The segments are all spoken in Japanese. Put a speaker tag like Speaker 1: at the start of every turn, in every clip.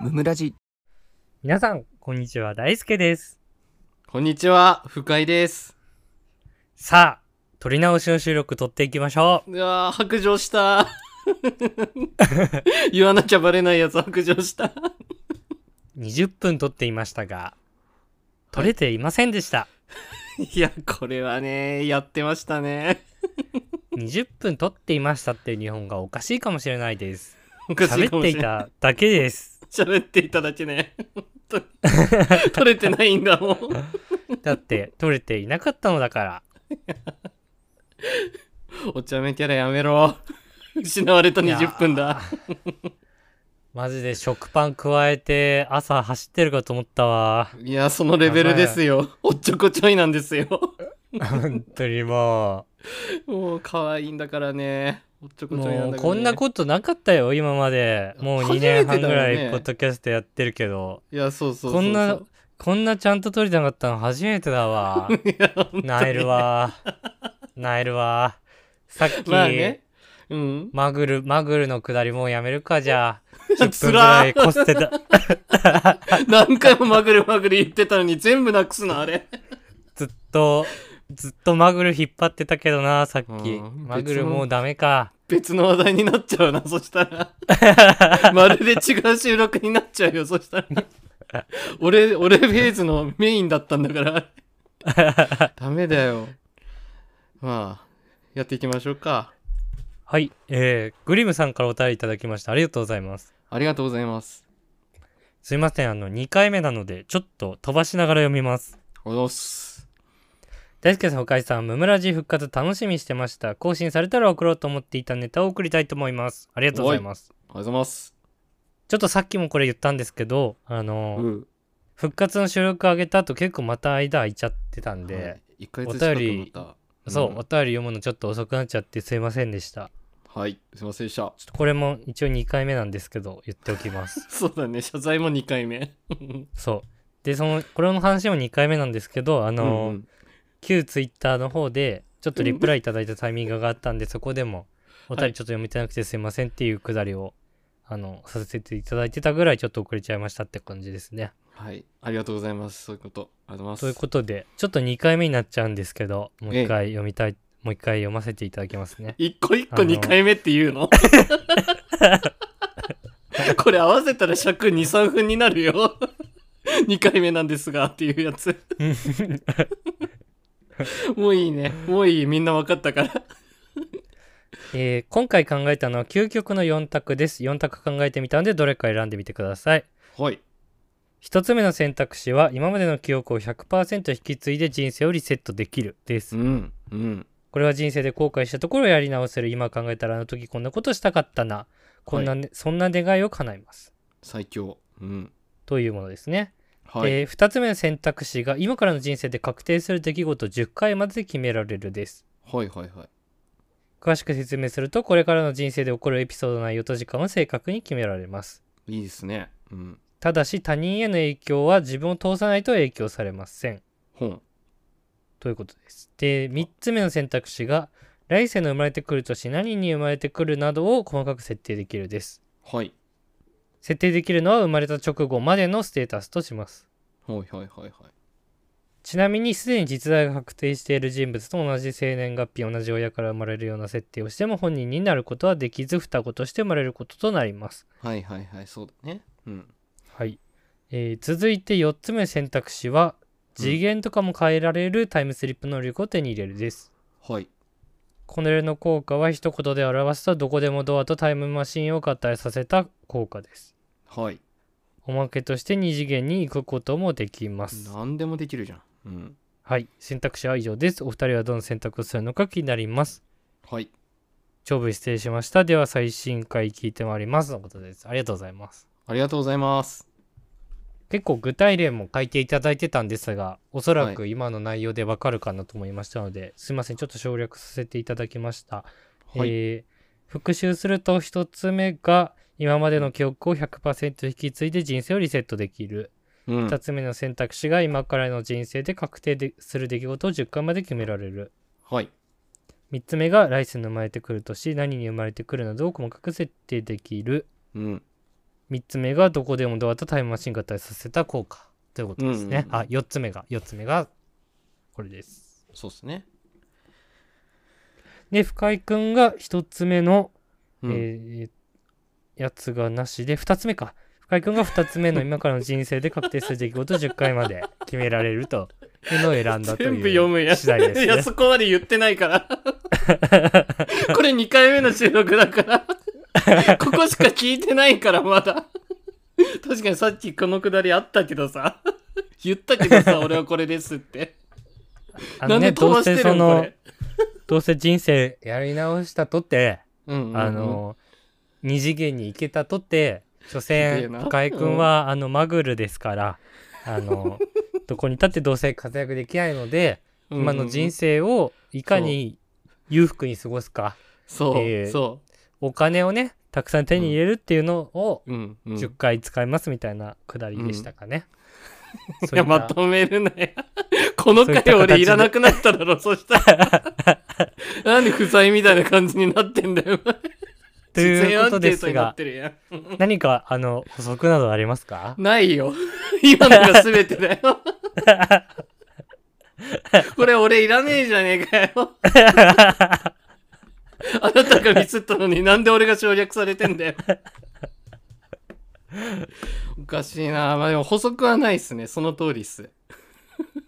Speaker 1: 村地
Speaker 2: 皆さん、こんにちは。大輔です。
Speaker 3: こんにちは、深井です。
Speaker 2: さあ、撮り直しの収録撮っていきましょう。
Speaker 3: うわー、白状した。 言わなきゃバレないやつ白状した。
Speaker 2: 20分撮っていましたが、撮れていませんでした。
Speaker 3: いや、これはね、やってましたね。
Speaker 2: 20分撮っていましたっていう日本がおかしいかもしれないです。
Speaker 3: おかしいか
Speaker 2: 喋っ
Speaker 3: も
Speaker 2: て
Speaker 3: し
Speaker 2: い
Speaker 3: れない。
Speaker 2: ただけです。
Speaker 3: 喋っていただけね。本当に取れてないんだもん。
Speaker 2: だって、撮れていなかったのだから。
Speaker 3: お茶目キャラやめろ。失われた
Speaker 2: いやー
Speaker 3: 20分だ。
Speaker 2: マジで食パン加えて朝走ってるかと思ったわ。
Speaker 3: いや、そのレベルですよ。おっちょこちょいなんですよ。
Speaker 2: 本当にも
Speaker 3: もう、可愛いんだからね。おっちょ
Speaker 2: う、
Speaker 3: こちょいなん
Speaker 2: もう
Speaker 3: だから、ね。
Speaker 2: こんなことなかったよ、今まで。もう2年
Speaker 3: 初めてだよ
Speaker 2: 半
Speaker 3: ね
Speaker 2: ぐらいポッドキャストやってるけど。
Speaker 3: いや、そうそうそうそう。
Speaker 2: こんな、こんなちゃんと撮れてなかったの初めてだ わ。
Speaker 3: いや、本当に
Speaker 2: なえるわ。なえるわ。さっき、
Speaker 3: まあね。うん。
Speaker 2: マグル、マグルのくだりもうやめるか、じゃあ。10分
Speaker 3: つ
Speaker 2: ぐら
Speaker 3: ら
Speaker 2: い
Speaker 3: ー
Speaker 2: こすって た、
Speaker 3: 何回もまぐれまぐれ言ってたのに全部なくすな、あれ。
Speaker 2: ずっと、ずっとマグル引っ張ってたけどな、さっき。
Speaker 3: うん
Speaker 2: マグルもうダメか。
Speaker 3: 別の話題になっちゃうな、そし たら。まるで違う収録になっちゃうよ、そしたら。俺、俺フェーズのメインだったんだから。 ダメだよ。まあ、やっていきましょうか。
Speaker 2: はい。えー、グリムさんからお便りいただきました。ありがとうございます。
Speaker 3: ありがとうございます。
Speaker 2: すいません、あの、2回目なので、ちょっと飛ばしながら読みます。
Speaker 3: おどっす。
Speaker 2: 大輔さん、深井さん、ムムラジ復活楽しみにしてました。更新されたら送ろうと思っていたネタを送りたいと思います。ありがとうございます。
Speaker 3: ありがとうございます。
Speaker 2: ちょっとさっきもこれ言ったんですけど、あの、
Speaker 3: うん。
Speaker 2: 復活の収録上げた後結構また間空いちゃってたんで、
Speaker 3: はい、1ヶ月近くになった。
Speaker 2: そう、
Speaker 3: ん
Speaker 2: お便り読むのちょっと遅くなっちゃってすいませんでした。
Speaker 3: はい、すいませんでした。
Speaker 2: ちょっとこれも一応2回目なんですけど、言っておきます。
Speaker 3: そうだね、謝罪も2回目。
Speaker 2: そう。で、その、これの話も2回目なんですけど、あの、
Speaker 3: うんうん
Speaker 2: 旧ツイッターの方でちょっとリプライいただいたタイミングがあったんでそこでもお便りちょっと読めてなくてすいませんっていうくだりを、あのさせていただいてたぐらいちょっと遅れちゃいましたって感じですね。
Speaker 3: はい、ありがとうございます。そういうこと。ありがとうござ
Speaker 2: とい
Speaker 3: いま
Speaker 2: う
Speaker 3: す。
Speaker 2: ことでちょっと2回目になっちゃうんですけどもう
Speaker 3: え
Speaker 2: 一
Speaker 3: え。
Speaker 2: 回読みたい、もう一回読ませていただきますね
Speaker 3: 一個一
Speaker 2: あ
Speaker 3: 個
Speaker 2: の
Speaker 3: 二回目って言うの これ合わせたら尺二三分になるよ。 二回目なんですがっていうやつ。もういいね。もういい。みんな分かったから。
Speaker 2: えー今回考えたのは究極の4択です。4択考えてみたんでどれか選んでみてください。
Speaker 3: はい。
Speaker 2: 1つ目の選択肢は今までの記憶を100%引き継いで人生をリセットできるです
Speaker 3: う。ん。うん。
Speaker 2: これは人生で後悔したところをやり直せる今考えたらあの時こんなことしたかったなこんなね、そんな願いを叶えます
Speaker 3: 最強。うん。
Speaker 2: というものですね、
Speaker 3: はい。
Speaker 2: え2つ目の選択肢が今からの人生で確定する出来事を10回まで決められるです
Speaker 3: はいはいはい。
Speaker 2: 詳しく説明するとこれからの人生で起こるエピソードの内容と時間を正確に決められます
Speaker 3: いいですね。うん。
Speaker 2: ただし他人への影響は自分を通さないと影響されません
Speaker 3: 本。
Speaker 2: ということです。で、3つ目の選択肢が、来世の生まれてくる年、何に生まれてくるなどを細かく設定できるです。
Speaker 3: はい。
Speaker 2: 設定できるのは生まれた直後までのステータスとします
Speaker 3: はいはいはいはい。
Speaker 2: ちなみにすでに実在が確定している人物と同じ生年月日同じ親から生まれるような設定をしても本人になることはできず双子として生まれることとなります
Speaker 3: はいはいはい。そうだね。うん。
Speaker 2: はい、えー続いて4つ目の選択肢は
Speaker 3: うん
Speaker 2: 次元とかも変えられるタイムスリップ能力を手に入れるです
Speaker 3: はい。
Speaker 2: この例の効果は一言で表すとどこでもドアとタイムマシンを合体させた効果です
Speaker 3: はい。
Speaker 2: おまけとして2次元に行くこともできます
Speaker 3: 何でもできるじゃん。うん。
Speaker 2: はい、選択肢は以上です。お二人はどの選択をするのか気になります。
Speaker 3: はい。
Speaker 2: 長文失礼しました。では最新回聞いてまいります。のことです。ありがとうございます。
Speaker 3: ありがとうございます。
Speaker 2: 結構具体例も書いていただいてたんですが、おそら
Speaker 3: は
Speaker 2: く今の内容でわかるかなと思いましたので、すいません、ちょっと省略させていただきました。
Speaker 3: はい。
Speaker 2: えー復習すると1つ目が、今までの記憶を100%引き継いで人生をリセットできる。
Speaker 3: うん
Speaker 2: 2つ目の選択肢が、今からの人生で確定でする出来事を10回まで決められる。
Speaker 3: はい。
Speaker 2: 3つ目が来世に生まれてくる年何に生まれてくるなどを細かく設定できる
Speaker 3: うん。
Speaker 2: 3つ目がどこでもドアとタイムマシン合体させた効果ということですね、
Speaker 3: うんうんうん
Speaker 2: あ4つ目が4つ目がこれです
Speaker 3: そうですね。
Speaker 2: で深井君が1つ目の、
Speaker 3: うん
Speaker 2: えーやつがなしで2つ目か深井君が2つ 目の今からの人生で確定する出来事を10回まで決められるというのを選んだと
Speaker 3: 全部読む
Speaker 2: い
Speaker 3: や
Speaker 2: う
Speaker 3: つ。
Speaker 2: 次第です、ね、
Speaker 3: いや、そこまで言ってないから。 これ2回目の収録だから。ここしか聞いてないから、まだ。確かにさっきこのくだりあったけどさ。言ったけ どさ、俺はこれですって。
Speaker 2: あの
Speaker 3: な
Speaker 2: ね
Speaker 3: んで飛
Speaker 2: ど
Speaker 3: ば
Speaker 2: う
Speaker 3: して
Speaker 2: せそ
Speaker 3: るのこ
Speaker 2: の
Speaker 3: れ。
Speaker 2: どうせ人生やり直したとって
Speaker 3: うんうんうん
Speaker 2: あ、の、二次元に行けたとって、所詮
Speaker 3: すげえな
Speaker 2: 深井君は、あのマグルですから、あ のどこに立ってどうせ活躍できないので、
Speaker 3: うんうん
Speaker 2: 今の人生をいかに裕福に過ごすか、
Speaker 3: そう、
Speaker 2: えー
Speaker 3: そ
Speaker 2: お金をねたくさん手に入れるっていうのを
Speaker 3: う。うん、うん。
Speaker 2: 10回使いますみたいなくだりでしたかね。
Speaker 3: い
Speaker 2: そうい
Speaker 3: や、
Speaker 2: った
Speaker 3: まとめるなよ。この
Speaker 2: そういった
Speaker 3: 回
Speaker 2: 形で
Speaker 3: 俺いらなくなっただろ、そしたら。なんで不在みたいな感じになってんだよ。
Speaker 2: ということで
Speaker 3: 事前アンケート
Speaker 2: す
Speaker 3: になっ
Speaker 2: が
Speaker 3: てるやん。
Speaker 2: 何かあの補足などありますか
Speaker 3: ないよ。 今のが全て だよ。これ俺いらねえじゃねえかよ。あなたがミスったのになんで俺が省略されてんだよ。おかしいな。まあでも補足はないっすね。その通りっす。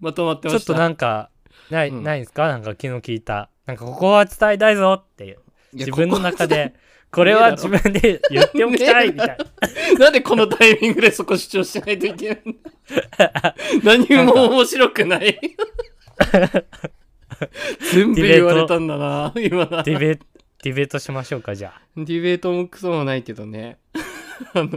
Speaker 3: まとまってま
Speaker 2: ちょ
Speaker 3: し。
Speaker 2: ったとなんかない、
Speaker 3: うん
Speaker 2: ないんですかなんか昨日聞いたなんかここは伝えたいぞっていう
Speaker 3: いや
Speaker 2: 自分の中でこれは自分で言っておきたいみたい
Speaker 3: なんでこのタイミングでそこ主張しないといけないんだ 何も面白く ない。全部言われたんだな、今な。
Speaker 2: なディベディベートしましょうかじゃあ
Speaker 3: ディベートもクソもないけどね。 あの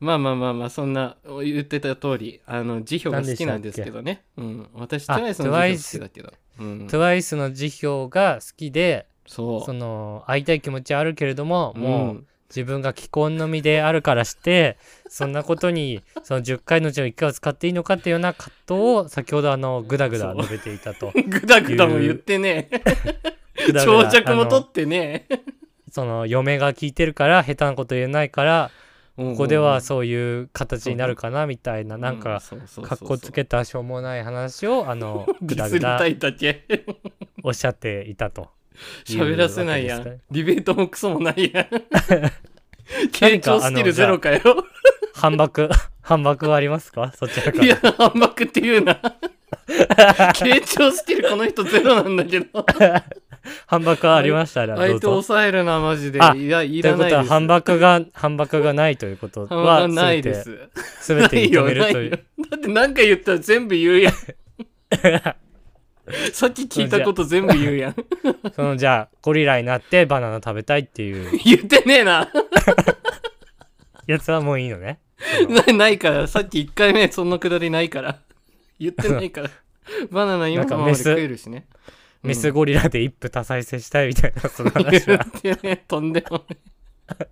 Speaker 3: まあまあまあまあ、そんな言ってた通り、あの、辞表が好きなんですけどね。うん。私、ト
Speaker 2: あ
Speaker 3: ライスの辞表好きだけど。うん。
Speaker 2: TWICE の辞表が好きで
Speaker 3: そう。
Speaker 2: その会いたい気持ちはあるけれどもも
Speaker 3: う
Speaker 2: うん自分が既婚の身であるからしてそんなことにその10回のうちの1回を使っていいのかっていうような葛藤を先ほどあのグダグダ述べていた と
Speaker 3: ぐだぐだも言ってねえ。
Speaker 2: グダグ
Speaker 3: 長
Speaker 2: ダ
Speaker 3: 尺も
Speaker 2: あの
Speaker 3: 取ってねえ。
Speaker 2: その嫁が聞いてるから下手なこと言えないからここではそういう形になるかなみたいな
Speaker 3: うん、
Speaker 2: なんか
Speaker 3: そうそうそうそう
Speaker 2: かっこつけたしょうもない話をあのぐ
Speaker 3: ディ
Speaker 2: だ
Speaker 3: ス
Speaker 2: ぐ
Speaker 3: りた
Speaker 2: だ
Speaker 3: いだけ。
Speaker 2: おっしゃっていたと。
Speaker 3: 喋らせないやん。
Speaker 2: いうわけ
Speaker 3: デ
Speaker 2: です
Speaker 3: ィベートもクソもないやん。
Speaker 2: 何
Speaker 3: 傾
Speaker 2: か
Speaker 3: 聴スキルゼロかよ。
Speaker 2: か反駁 反駁はありますかそちらか
Speaker 3: いや、
Speaker 2: ら。
Speaker 3: 反幕って言うな。 傾聴スキルこの人ゼロなんだけど。
Speaker 2: 反駁はありましたらどう
Speaker 3: 相手
Speaker 2: ぞ。
Speaker 3: 抑えるな、マジで
Speaker 2: あ。
Speaker 3: いや、い
Speaker 2: という
Speaker 3: ら
Speaker 2: こ
Speaker 3: ない
Speaker 2: とは
Speaker 3: です。
Speaker 2: 反駁が反駁がないということ
Speaker 3: 反幕は
Speaker 2: は
Speaker 3: ない
Speaker 2: 全
Speaker 3: で
Speaker 2: て
Speaker 3: す。
Speaker 2: 全て認めると
Speaker 3: ないいよ
Speaker 2: う。
Speaker 3: ないよだって何か言ったら全部言 うやん。さっき聞いたこと全部言うやん。
Speaker 2: そのじゃあゴリラになってバナナ食べたいっていう
Speaker 3: 言ってねえな。
Speaker 2: やつはもういいのね。
Speaker 3: なないから、さっき1回目そのくだりないから。言ってないから。バナナ今
Speaker 2: なんか
Speaker 3: も
Speaker 2: メ
Speaker 3: 俺
Speaker 2: ス
Speaker 3: 食えるしね。
Speaker 2: メスゴリラで一夫多妻制したいみたいなその
Speaker 3: 言っ
Speaker 2: 話 は
Speaker 3: てね、とんでもない。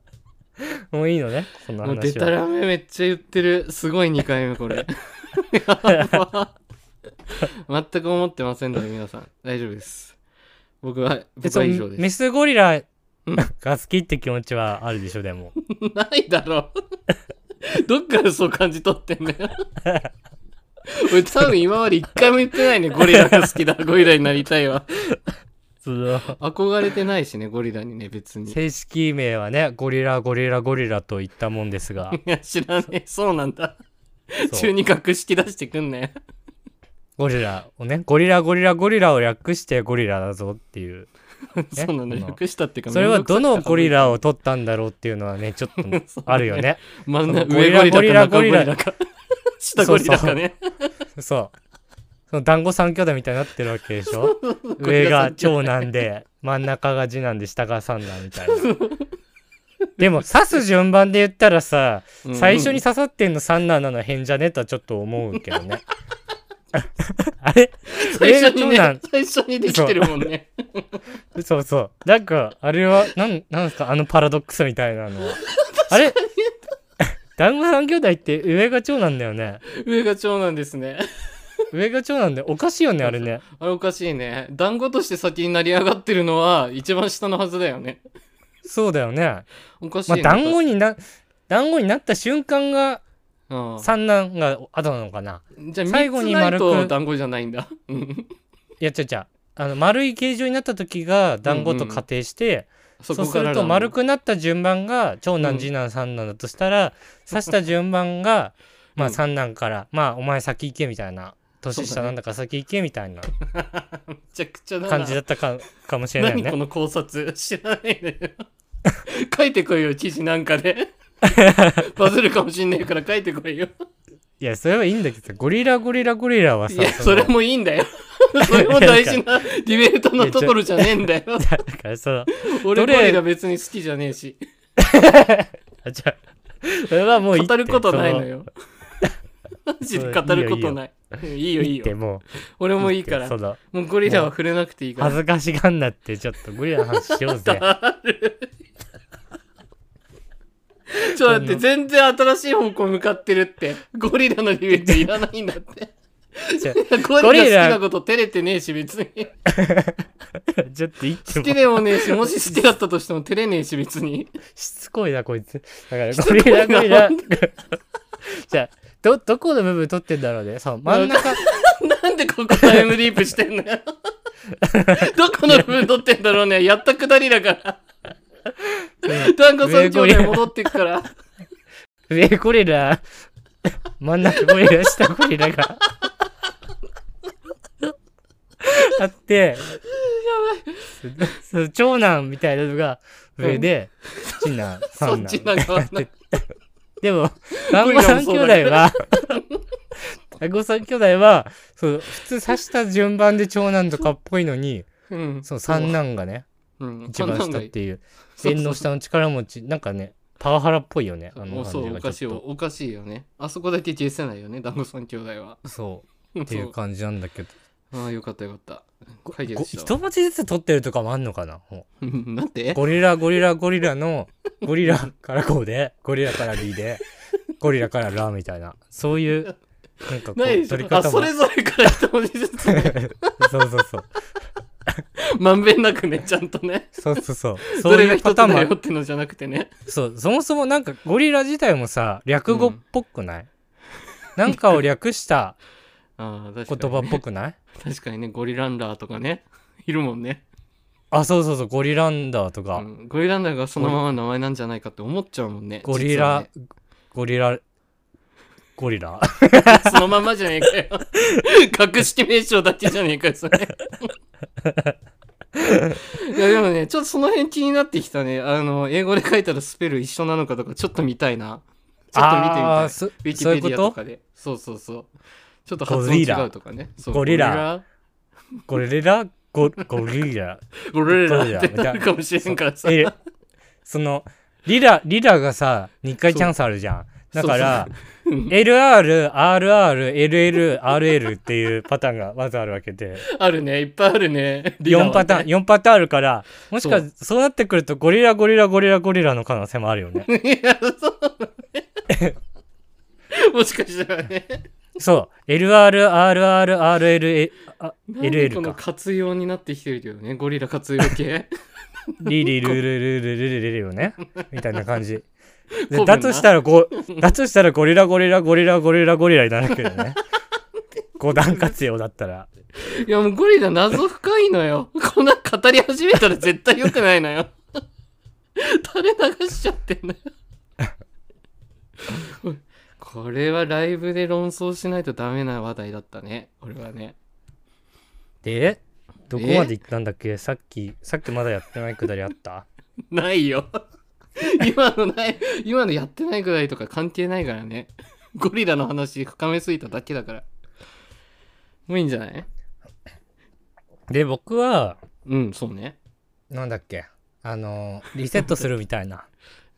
Speaker 2: もういいのね。その
Speaker 3: もうデ
Speaker 2: 話
Speaker 3: タ
Speaker 2: は。
Speaker 3: ラメめっちゃ言ってる。すごい2回目 これ。やば全く思ってませんので皆さん。大丈夫です。僕は、
Speaker 2: で
Speaker 3: 僕
Speaker 2: そ
Speaker 3: は
Speaker 2: の
Speaker 3: 以上で
Speaker 2: メ
Speaker 3: す。
Speaker 2: スゴリラが好きって気持ちはあるでしょでも。
Speaker 3: ないだろ。どっからそう感じ取ってんだよ。俺多分今まで一回も言ってないね。ゴリラが好きだ。ゴリラになりたいわ。
Speaker 2: その
Speaker 3: 憧れてないしね、ゴリラにね、別に。
Speaker 2: 正式名はねゴリラゴリラゴリラといったもんです が
Speaker 3: いや、知らねえ。そうなんだ。
Speaker 2: そう
Speaker 3: 中に格式出してくんね。
Speaker 2: ゴリラをねゴリラゴリラゴリラを略してゴリラだぞっていう
Speaker 3: そうなんだ。
Speaker 2: この
Speaker 3: 略したっていうか、
Speaker 2: それはどのゴリ
Speaker 3: ラ
Speaker 2: ラを取ったんだろうっていうのはねちょっ とあるよね
Speaker 3: 真ん中
Speaker 2: ゴリ
Speaker 3: 上
Speaker 2: ラ
Speaker 3: ゴリラか
Speaker 2: ゴ
Speaker 3: ゴ
Speaker 2: リ
Speaker 3: リ
Speaker 2: ラ
Speaker 3: ラか。下ゴリラかね。
Speaker 2: そうその団子三兄弟みたいになってるわけでし ょ上が長男で真ん中が次男で下が三男み たいなでも刺す順番で言ったらさ
Speaker 3: うん
Speaker 2: 最初に刺さってんの三男なの変じゃねとはちょっと思うけど ねあれ
Speaker 3: 最初に
Speaker 2: 上が長
Speaker 3: ね
Speaker 2: 男、
Speaker 3: 最初にできてるもんね。
Speaker 2: そうそう。なんか、あれは、なん、なんすか、あのパラドックスみたいな のは。あれ団子三兄弟って上が長なんだよね。
Speaker 3: 上が長男ですね。
Speaker 2: 上が長なんで、おかしいよね、あれね。
Speaker 3: あれおかしいね。団子として先に成り上がってるのは一番下のはずだよね。
Speaker 2: そうだよね。
Speaker 3: おかしい
Speaker 2: まあ、
Speaker 3: ね。
Speaker 2: 団子にな、団子になった瞬間が
Speaker 3: うん
Speaker 2: 三男が後なのかな
Speaker 3: じゃ
Speaker 2: 最
Speaker 3: あ最
Speaker 2: 後
Speaker 3: 後
Speaker 2: に
Speaker 3: に
Speaker 2: 丸く
Speaker 3: 丸と団子じゃないんだ。うん
Speaker 2: いや違う違うあの丸い形状になった時が団子と仮定して、
Speaker 3: そ
Speaker 2: そうす
Speaker 3: こから
Speaker 2: ると
Speaker 3: なの
Speaker 2: 丸くなった順番が長
Speaker 3: う
Speaker 2: 男
Speaker 3: ん
Speaker 2: 次男三男だとしたら、刺した順番 がまあ
Speaker 3: うん
Speaker 2: 三男から、まあお前先行けみたいな年
Speaker 3: そう
Speaker 2: 下
Speaker 3: だね
Speaker 2: なんだから先行けみたいな
Speaker 3: めちゃくちゃだな
Speaker 2: 感じだった かかもしれないよ
Speaker 3: 何こ
Speaker 2: ね。
Speaker 3: の 考察知らないのよ書いてこいよ記事なん かでバズるかもしんないから書いてこいよ
Speaker 2: いやそれはいいんだけどさゴリラゴリラゴリラはいさ
Speaker 3: や
Speaker 2: その
Speaker 3: それもいい んだよそれも大事なディベートのところじゃねえんだよ
Speaker 2: だからその
Speaker 3: 俺
Speaker 2: ど
Speaker 3: ゴ
Speaker 2: れ
Speaker 3: リラ別に好きじゃねえし
Speaker 2: あじゃあそれはもういいって
Speaker 3: 語ることないの
Speaker 2: そ
Speaker 3: よマジで語ることないうんいいよ
Speaker 2: の
Speaker 3: い
Speaker 2: い
Speaker 3: い
Speaker 2: いって
Speaker 3: よ
Speaker 2: も
Speaker 3: 俺
Speaker 2: う
Speaker 3: もいいから
Speaker 2: ってその
Speaker 3: もうゴリラは触れなくていいか
Speaker 2: 恥
Speaker 3: ら
Speaker 2: ずかしがんなってちょっとゴリラの話しよう ぜ
Speaker 3: ちょっと待って全然新しい方向向かってるってゴリラのディベートいらないんだって
Speaker 2: じゃ
Speaker 3: ゴリラ好きなこと照れてねえし、別に。
Speaker 2: あちょっといいって
Speaker 3: 好
Speaker 2: も
Speaker 3: きでもねえし、もし好きだったとしても照れねえし、別に。
Speaker 2: しつこいなこいつだから
Speaker 3: つ
Speaker 2: ゴ
Speaker 3: こい
Speaker 2: リラ
Speaker 3: な
Speaker 2: ゴリラ じゃあどどこの部分取ってんだろうねその真ん中
Speaker 3: なんでここタイムリープしてんの よ。どこの部分取ってんだろうね。やったくだりだから。団子村長で戻ってくから。
Speaker 2: 上ゴリラ真ん中ゴリラ下ゴリラがあってやばいその長男みたいなのが上で、次男
Speaker 3: そ
Speaker 2: 三
Speaker 3: っち
Speaker 2: 男
Speaker 3: なんかわかんない
Speaker 2: でも、団子三兄弟は、団子三兄弟は、そう、普通刺した順番で長男とかっぽいのに、
Speaker 3: うん。
Speaker 2: その三男がね、
Speaker 3: うん。
Speaker 2: 一番
Speaker 3: 三男
Speaker 2: 下
Speaker 3: が
Speaker 2: っ
Speaker 3: いい
Speaker 2: ていう、
Speaker 3: そう
Speaker 2: 縁の下の力持ち、なんかね、パワハラっぽいよね、あの
Speaker 3: おそ
Speaker 2: 感じ
Speaker 3: う、お
Speaker 2: が
Speaker 3: か
Speaker 2: ち
Speaker 3: しい
Speaker 2: ょっ
Speaker 3: よ。おかしいよね。あそこだけ消せないよね、団子三兄弟は。
Speaker 2: と。そう、って
Speaker 3: そ
Speaker 2: いう
Speaker 3: う。
Speaker 2: 感じなんだけ ど。
Speaker 3: ああ、よかったよかった。解
Speaker 2: ご
Speaker 3: 決した
Speaker 2: 一
Speaker 3: わ。
Speaker 2: 文字ずつ取ってるとかもあんのかなも
Speaker 3: なん
Speaker 2: う
Speaker 3: て
Speaker 2: ゴリラ、ゴリラ、ゴリラの、ゴリラからこうで、ゴリラからリで、ゴリラからラみたいな、そういう、なんかこ
Speaker 3: ないで
Speaker 2: う、
Speaker 3: し
Speaker 2: 取り
Speaker 3: ょあ、
Speaker 2: 方
Speaker 3: そ
Speaker 2: も。
Speaker 3: れぞれから一文字ず つ
Speaker 2: そうそうそう。
Speaker 3: まんべんなくね、ちゃんとね。
Speaker 2: そうそうそう。そ
Speaker 3: ど
Speaker 2: う
Speaker 3: れ
Speaker 2: い
Speaker 3: が
Speaker 2: う
Speaker 3: 一
Speaker 2: パ
Speaker 3: つ
Speaker 2: ターンも
Speaker 3: だ
Speaker 2: あ
Speaker 3: よ
Speaker 2: る。
Speaker 3: ってのじゃなくてね。
Speaker 2: そう、そもそもなんかゴリラ自体もさ、略語っぽくない、なんかを略した
Speaker 3: ああ、 確か
Speaker 2: 言
Speaker 3: に。
Speaker 2: 葉っぽくない
Speaker 3: 確かにね、ゴリランダーとかね。いるもんね、
Speaker 2: あ、そうそうそう、ゴリランダーと
Speaker 3: う
Speaker 2: か、
Speaker 3: ん。ゴリランダーがそのままの名前なんじゃないかって思っちゃうもんね。
Speaker 2: ゴリ
Speaker 3: 実は
Speaker 2: ラ、
Speaker 3: ね
Speaker 2: ゴリラ、ゴリラ
Speaker 3: そのままじゃねえかよ。 格式名称だけじゃねえかよ、それ。 いやでもね、ちょっとその辺気になってきたね。あの、英語で書いたらスペル一緒なのかとか、ちょっと見たいな。 ちょっと見てみた
Speaker 2: あー
Speaker 3: い。
Speaker 2: そ
Speaker 3: ウィキ
Speaker 2: そうい
Speaker 3: ペ
Speaker 2: う
Speaker 3: デ
Speaker 2: こ
Speaker 3: ィアと
Speaker 2: と
Speaker 3: かで。そうそうそう。ちょっと発音違うとかね。そう
Speaker 2: ゴリラゴリラ、ゴゴリラ。
Speaker 3: ゴリラ。
Speaker 2: ゴリ
Speaker 3: ゴリ
Speaker 2: ラ
Speaker 3: ラってなるかもしれんからさ。
Speaker 2: え、その、リラ、リラがさ、2回チャンスあるじゃん。だから、
Speaker 3: そうそううん
Speaker 2: LR、RR、LL、RL っていうパターンがまずあるわけで。
Speaker 3: あるね、いっぱいあるね。リラは
Speaker 2: 4
Speaker 3: ね
Speaker 2: パターン、。4パターンあるから、もしかしそうなってくると、ゴリラ、ゴリラ、ゴリラ、ゴリラの可能性もあるよね。
Speaker 3: いや、そうだね。もしかしたらね。
Speaker 2: そう。LR、RR、RL、あ
Speaker 3: なんでこ
Speaker 2: LL
Speaker 3: の
Speaker 2: か。
Speaker 3: 活用になってきてるけどね、ゴリラ活用系。
Speaker 2: リリルルルルルルルルよ ね。みたいな感 じ。
Speaker 3: 古文
Speaker 2: で
Speaker 3: な
Speaker 2: だとしたら、ご、 だとしたら、ゴリラ、ゴリラ、ゴリラ、ゴリラ、ゴリラになるけど ね。5段活用だったら。
Speaker 3: いや、もうゴリラ謎深いのよ。こんな語り始めたら絶対良くないのよ。垂れ流しちゃってんのよ。これはライブで論争しないとダメな話題だったね。俺はね。
Speaker 2: で、どこまで行ったんだっけさっき、さっきまだやってないくだりあった
Speaker 3: ないよ。今のない、今のやってないぐらいとか関係ないからね。ゴリラの話深めすぎただけだから。もういいんじゃない
Speaker 2: で、僕は、
Speaker 3: うん、そうね。
Speaker 2: なんだっけあの、リセットするみたいな。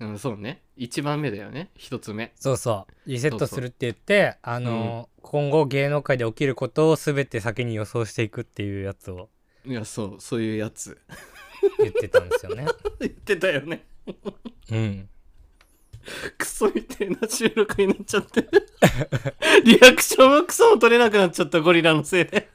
Speaker 3: うん、そうね。一番目だよね。一つ目。
Speaker 2: そうそう。リセットするって言って、あの、今後芸能界で起きることを全て先に予想していくっていうやつを
Speaker 3: いや、そう、そういうやつ。
Speaker 2: 言ってたんですよね。
Speaker 3: 言ってたよね。
Speaker 2: うん。
Speaker 3: クソみたいな収録になっちゃって。リアクションもクソも取れなくなっちゃった、ゴリラのせいで。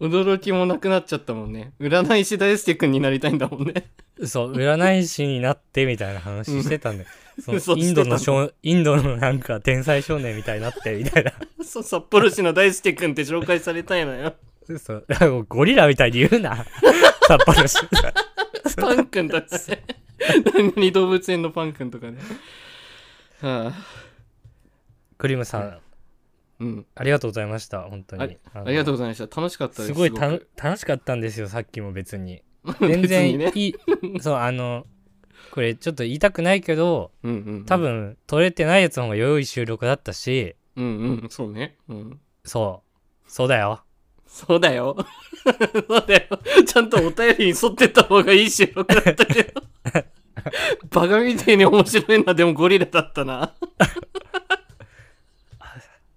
Speaker 3: 驚きもなくなっちゃったもんね。占い師大輔くんになりたいんだもんね。
Speaker 2: そう、占い師になってみたいな話してたん で、その
Speaker 3: そう
Speaker 2: インドの
Speaker 3: してた
Speaker 2: 少、インドのなんか天才少年みたいになって、みた いな。
Speaker 3: そう、札幌市の大輔くんって紹介されたいのよ。
Speaker 2: そう、なんかゴリラみたいに言う な。札幌市。
Speaker 3: パンくんだって。 何々動物園のパンくんとかね。はあ、
Speaker 2: クリムさん、
Speaker 3: うん。
Speaker 2: ありがとうございました、本当に。あ
Speaker 3: ありがとう
Speaker 2: う
Speaker 3: ございました。楽しかったです。
Speaker 2: すごいた
Speaker 3: ごく
Speaker 2: 楽しかったんですよ、さっきも別に。
Speaker 3: 別
Speaker 2: 全
Speaker 3: に
Speaker 2: 然
Speaker 3: ね。
Speaker 2: いい、そう、あの、これちょっと言いたくないけど、
Speaker 3: うんうん。
Speaker 2: 多。分、撮れてないやつの方が良い収録だったし、
Speaker 3: うんうん。そうね。うん。
Speaker 2: そう、そうだよ。
Speaker 3: そうだよ。 そうだよ。ちゃんとお便りに沿ってった方がいい収録だったけど。バカみたいに面白いな。でもゴリラだったな。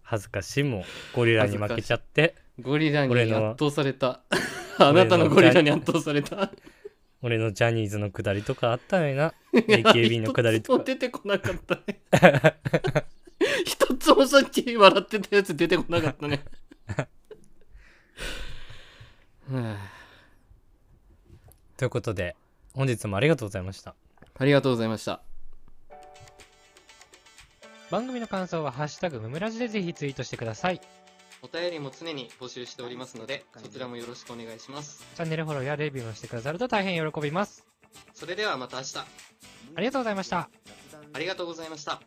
Speaker 2: 恥ずかしいもん。ゴリラに負けちゃって、
Speaker 3: ゴリラに
Speaker 2: 俺の
Speaker 3: 圧倒された。あなたのゴリラに圧倒された。
Speaker 2: 俺のジャニーズのくだりとかあったのにな。
Speaker 3: いや
Speaker 2: AKB のくだりと
Speaker 3: 一つ
Speaker 2: か。
Speaker 3: も出てこなかったね。一つもさっき笑ってたやつ出てこなかったね。はあ
Speaker 2: ということで、本日もありがとうございました。
Speaker 3: ありがとうございました。
Speaker 2: 番組の感想は、ハッシュタグムムラジでぜひツイートしてください。チ
Speaker 3: お便りも常に募集しておりますので、そちらもよろしくお願いします。
Speaker 2: ャンネルフォローやレビューもしてくださると大変喜びます。
Speaker 3: それではまた明日、
Speaker 2: ありがとうございました。
Speaker 3: ありがとうございました。